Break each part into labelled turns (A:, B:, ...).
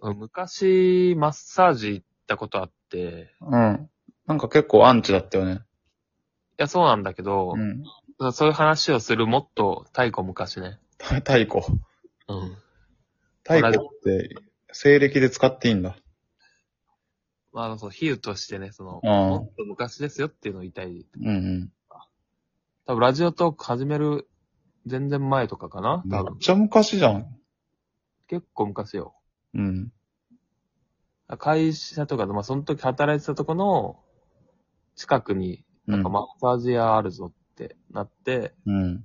A: うん昔、マッサージ行ったことあって、
B: うん。なんか結構アンチだったよね。
A: いや、そうなんだけど
B: う、ん。
A: そういう話をするもっと太古昔ね。
B: た太鼓。
A: うん。
B: 太鼓って、西暦で使っていいんだ。
A: まああの、そう、比喩としてね、その、
B: うん
A: もっと昔ですよっていうのを言いたい。
B: うんうん。
A: 多分、ラジオトーク始める、全然前とかかな
B: め
A: 多
B: っ
A: 分。
B: ちゃ昔じゃん。
A: 結構昔よ。
B: うん。
A: 会社とかで、まあ、その時働いてたとこの、近くに、なんかマッサージ屋あるぞってなって、
B: うん。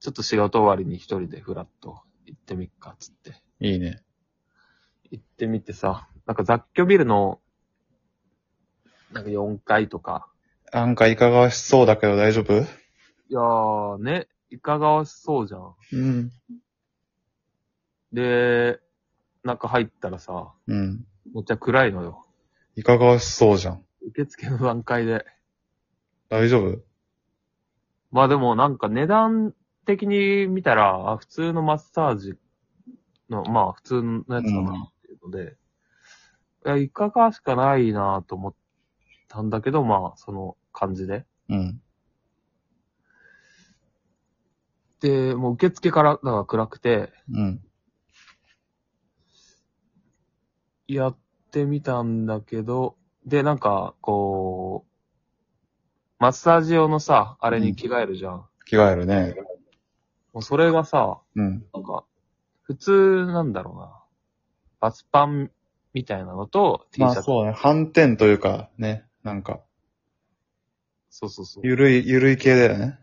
A: ちょっと仕事終わりに一人でフラッと行ってみっか、つって。
B: いいね。
A: 行ってみてさ、なんか雑居ビルの、なんか4階とか。
B: なんかいかがわしそうだけど大丈夫
A: いやーね、いかがわしそうじゃん。
B: うん。
A: で、中入ったらさ、
B: うん。
A: めっちゃ暗いのよ。
B: いかがわしそうじゃん。
A: 受付の段階で。
B: 大丈夫
A: まあでもなんか値段的に見たら、あ普通のマッサージの、まあ普通のやつだなっていうので、いや、いかがわしかないなと思ったんだけど、まあその感じで。
B: うん。
A: で、もう受付から、だから暗くて、
B: うん。
A: やってみたんだけど、で、なんか、こう、マッサージ用のさ、あれに着替えるじゃん。
B: 着替えるね。
A: もうそれがさ、
B: うん。
A: なんか、普通なんだろうな。バスパンみたいなのと T シ
B: ま
A: ャ
B: あ
A: ツ。
B: そうね。反転というか、ね。なんか、
A: そうそうそう
B: ゆるい、ゆるい系だよね。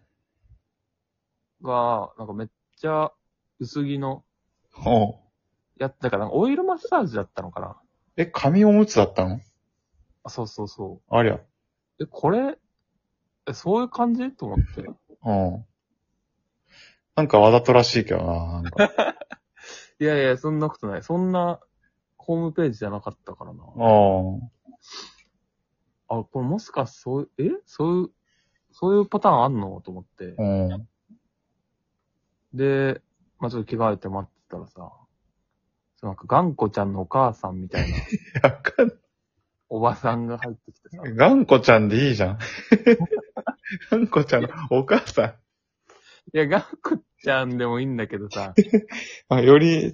A: が、なんかめっちゃ薄着の、
B: おう
A: やったから、なんかオイルマッサージだったのかな。
B: え、紙おむつだったの
A: あ、そうそうそ
B: ありゃ。
A: う。え、これ、え、そういう感じと思って。
B: うん。なんかわざとらしいけどな、なん か。
A: いやいや、そんなことない。そんな、ホームページじゃなかったからな。
B: うん。
A: あ、これもしかそう、えそういう、そういうパターンあんのと思って
B: う。ん。
A: で、まあ、ちょっと着替えて待ってたらさ、そうなんか、頑固ちゃんのお母さんみたい な
B: わかん
A: おばさんが入ってきてさ、
B: ない。ガンコちゃんでいいじゃん。 ガンコちゃんのお母さん。
A: いや、頑固ちゃんでもいいんだけどさ、
B: あより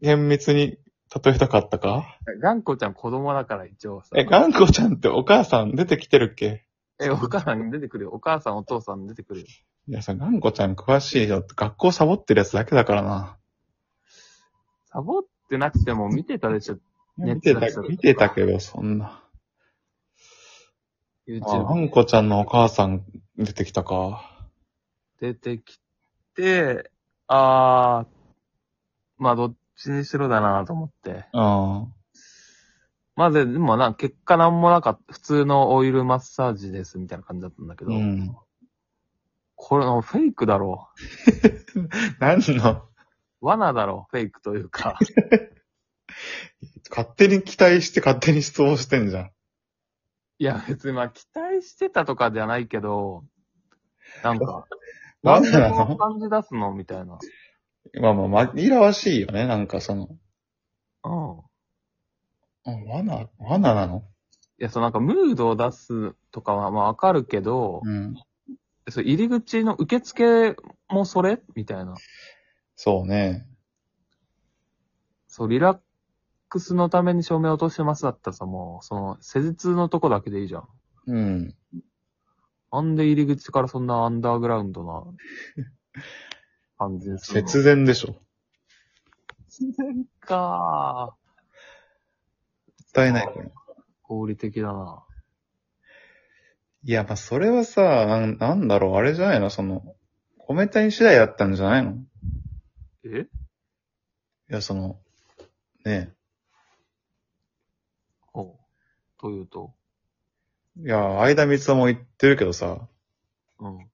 B: 厳密に例えたかったか
A: 頑固ちゃん子供だから一応さ、
B: え、ガンコちゃんってお母さん出てきてるっけ
A: え、お母さん出てくるよ。お母さん、お父さん出てくるよ。
B: いやさ、ガンコちゃん詳しいよって学校サボってるやつだけだからな。
A: サボってなくても見てたでしょ、ね
B: 見てた
A: つら、つら
B: 見てたけど、そんな。あ、ガ
A: YouTube
B: ンコちゃんのお母さん出てきたか。
A: 出てきて、あー、まあ、どっちにしろだなと思って。
B: うん。
A: まあで、でもな、結果なんもなかった。普通のオイルマッサージです、みたいな感じだったんだけど。
B: うん
A: これ、フェイクだろ
B: 何の
A: う。罠だろう、フェイクというか。
B: 勝手に期待して勝手に失望してんじゃん。
A: いや、別にまあ、期待してたとかじゃないけど、なんか、
B: なん
A: で
B: でな
A: この
B: の
A: 感じ出すのみたいな。
B: まあまあ、ま、紛らわしいよね。なんかその、
A: うん。
B: うん罠、罠なの
A: いや、そうなんか、ムードを出すとかはまあ、わかるけど、
B: うん。
A: そう入り口の受付もそれみたいな。
B: そうね。
A: そう、リラックスのために照明を落としてますだったらさ、もう、その、施術のとこだけでいいじゃん。
B: うん。
A: なんで入り口からそんなアンダーグラウンドな感じでするの
B: 節電でしょ。も
A: 節電か
B: ったいないから。
A: 合理的だな。
B: いや、まあそれはさ、なんなんだろう、あれじゃないのその、米谷次第だったんじゃないのい
A: え
B: や、その、ね
A: ほう。というと。
B: え。いや、相田光夫も言ってるけどさ、
A: うん。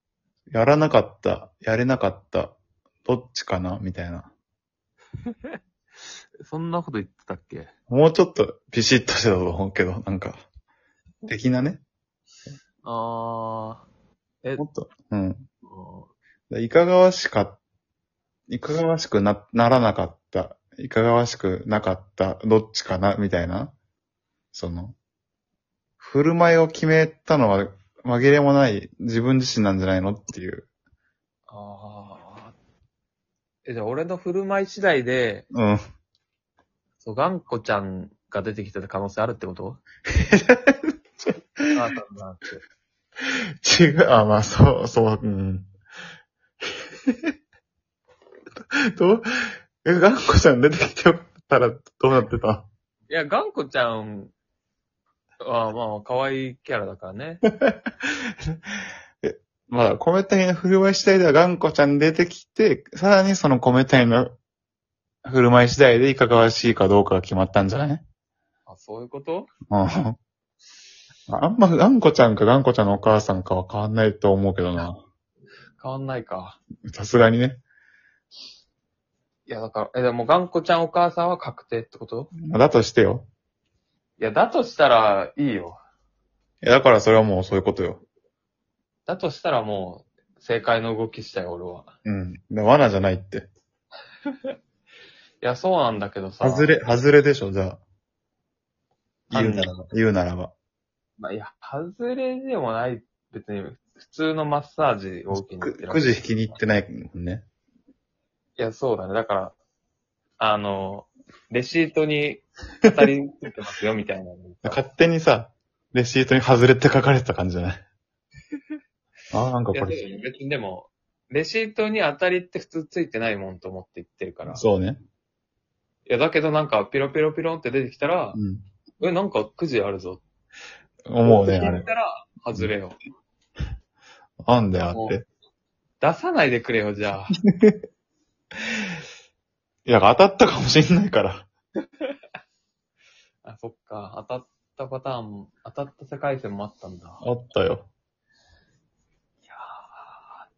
B: やらなかった、やれなかった、どっちかなみたいな。
A: そんなこと言ってたっけ
B: もうちょっとピシッとしてたと思うけど、なんか、的なね。
A: あー。え、
B: もっと、うん。
A: うん
B: いかがわしか、いかがわしくな、ならなかった、いかがわしくなかった、どっちかな、みたいな。その、振る舞いを決めたのは紛れもない自分自身なんじゃないのっていう。
A: ああ。え、じゃあ俺の振る舞い次第で、
B: うん。
A: そう、頑固ちゃんが出てきてた可能性あるってこと 母さんだって
B: 違う、あ、まあ、そう、そう、うん。 どう、え、ガンコちゃん出てきてたらどうなってた
A: いや、頑固ちゃんは、まあ、可愛いキャラだから ね。
B: まあ、米谷の振る舞い次第ではガンコちゃん出てきて、さらにその米谷の振る舞い次第でいかがわしいかどうかが決まったんじゃない
A: あ、そういうこと
B: うん。あんま、ガンコちゃんかガンコちゃんのお母さんかは変わんないと思うけどな。
A: 変わんないか。
B: さすがにね。
A: いや、だから、え、でも、頑固ちゃんお母さんは確定ってこと
B: だとしてよ。
A: いや、だとしたら、いいよ。
B: いや、だからそれはもうそういうことよ。
A: だとしたらもう、正解の動きしたよ、俺は。
B: うん。で罠じゃないって。
A: いや、そうなんだけどさ。
B: 外れ、外れでしょ、じゃあ。
A: あ
B: 言うならば。言うならば。
A: まあ、いや、外れでもない。別に、普通のマッサージを受けに行ってる
B: くじ引きに行ってないもんね。
A: いや、そうだね。だから、あの、レシートに語りついてますよ、みたいな。
B: 勝手にさ、レシートに外れって書かれてた感じじゃない ああ、なんか
A: い
B: こ
A: や、
B: れ。
A: でも別にでも、レシートに当たりって普通ついてないもんと思って言ってるから。
B: そうね。
A: いや、だけどなんか、ピロピロピロンって出てきたら、
B: うん。
A: え、なんかくじあるぞ。
B: 思うね、あ
A: 言っ
B: れ。
A: たら、外れよ。
B: なんだよ、あって。
A: 出さないでくれよ、じゃあ。
B: いや、当たったかもしんないから。
A: あ、そっか。当たったパターンも、当たった世界線もあったんだ。
B: あったよ。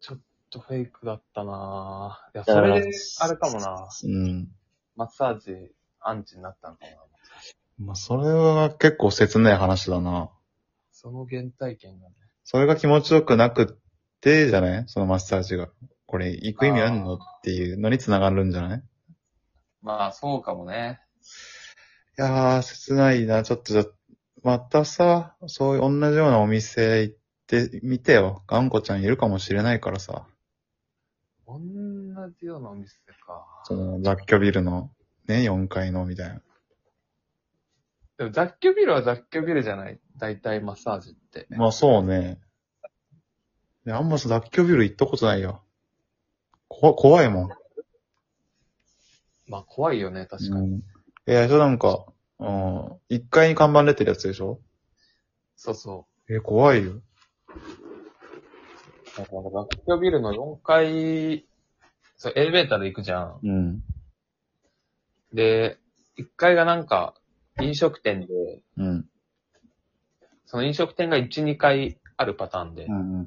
A: ちょっとフェイクだったなぁ。いや、それで、あれかもな
B: うん。
A: マッサージ、アンチになったのかな。
B: まあ、それは結構切ない話だな。
A: その原体験がね。
B: それが気持ちよくなくって、じゃないそのマッサージが。これ、行く意味あんのっていうのに繋がるんじゃない
A: まあ、そうかもね。
B: いやー、切ないな。ちょっとじゃ、またさ、そういう同じようなお店行ってみてよ。ガンコちゃんいるかもしれないからさ。
A: 同じようなお店か。
B: その雑居ビルの、ね、4階のみたいな。
A: でも雑居ビルは雑居ビルじゃない。大体マッサージって。
B: まあそうね。であんまさ、雑居ビル行ったことないよ。こわ、怖いもん。
A: まあ、怖いよね、確かに。
B: うん、えー、それなんか、うん、1階に看板出てるやつでしょ
A: そうそ
B: えー怖いよ。
A: う。だから雑居ビルの4階、そう、エレベーターで行くじゃん。
B: うん。
A: で、1階がなんか、飲食店で、
B: うん。
A: その飲食店が1、2階あるパターンで、
B: うん。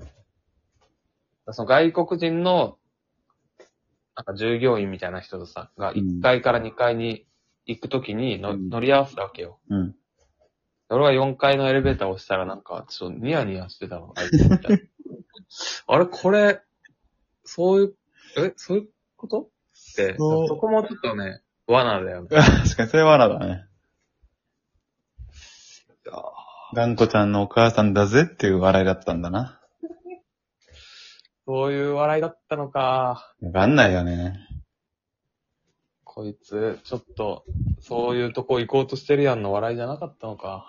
A: その外国人の、なんか従業員みたいな人とさ、が1階から2階に行くときにの、
B: うん
A: 乗り合わせたわけよ。
B: うん。
A: 俺は4階のエレベーターを押したらなんか、ちょっとニヤニヤしてたの。あいつみたいな あれ、これ、そういう、え、そういうことって、
B: そ
A: そ
B: う
A: そこもちょっとね、罠だよね。
B: 確かに、それは罠だね。ガンコちゃんのお母さんだぜっていう笑いだったんだな。
A: そういう笑いだったのか。
B: わかんないよね。
A: こいつ、ちょっと、そういうとこ行こうとしてるやんの笑いじゃなかったのか。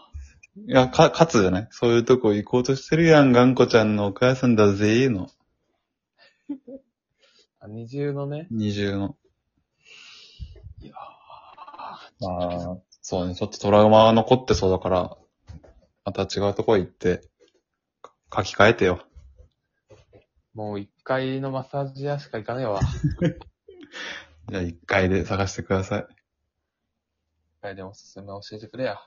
B: いや、か、勝つじゃないそういうとこ行こうとしてるやん、ガンコちゃんのお母さんだぜーの。
A: あ二重のね。
B: 二重の。
A: いや
B: まあ、そうね、ちょっとトラウマが残ってそうだから、また違うとこ行って、か書き換えてよ。
A: もう一階のマッサージ屋しか行かねえわ。
B: じゃあ一回で探してください。
A: 一階でおすすめ教えてくれや。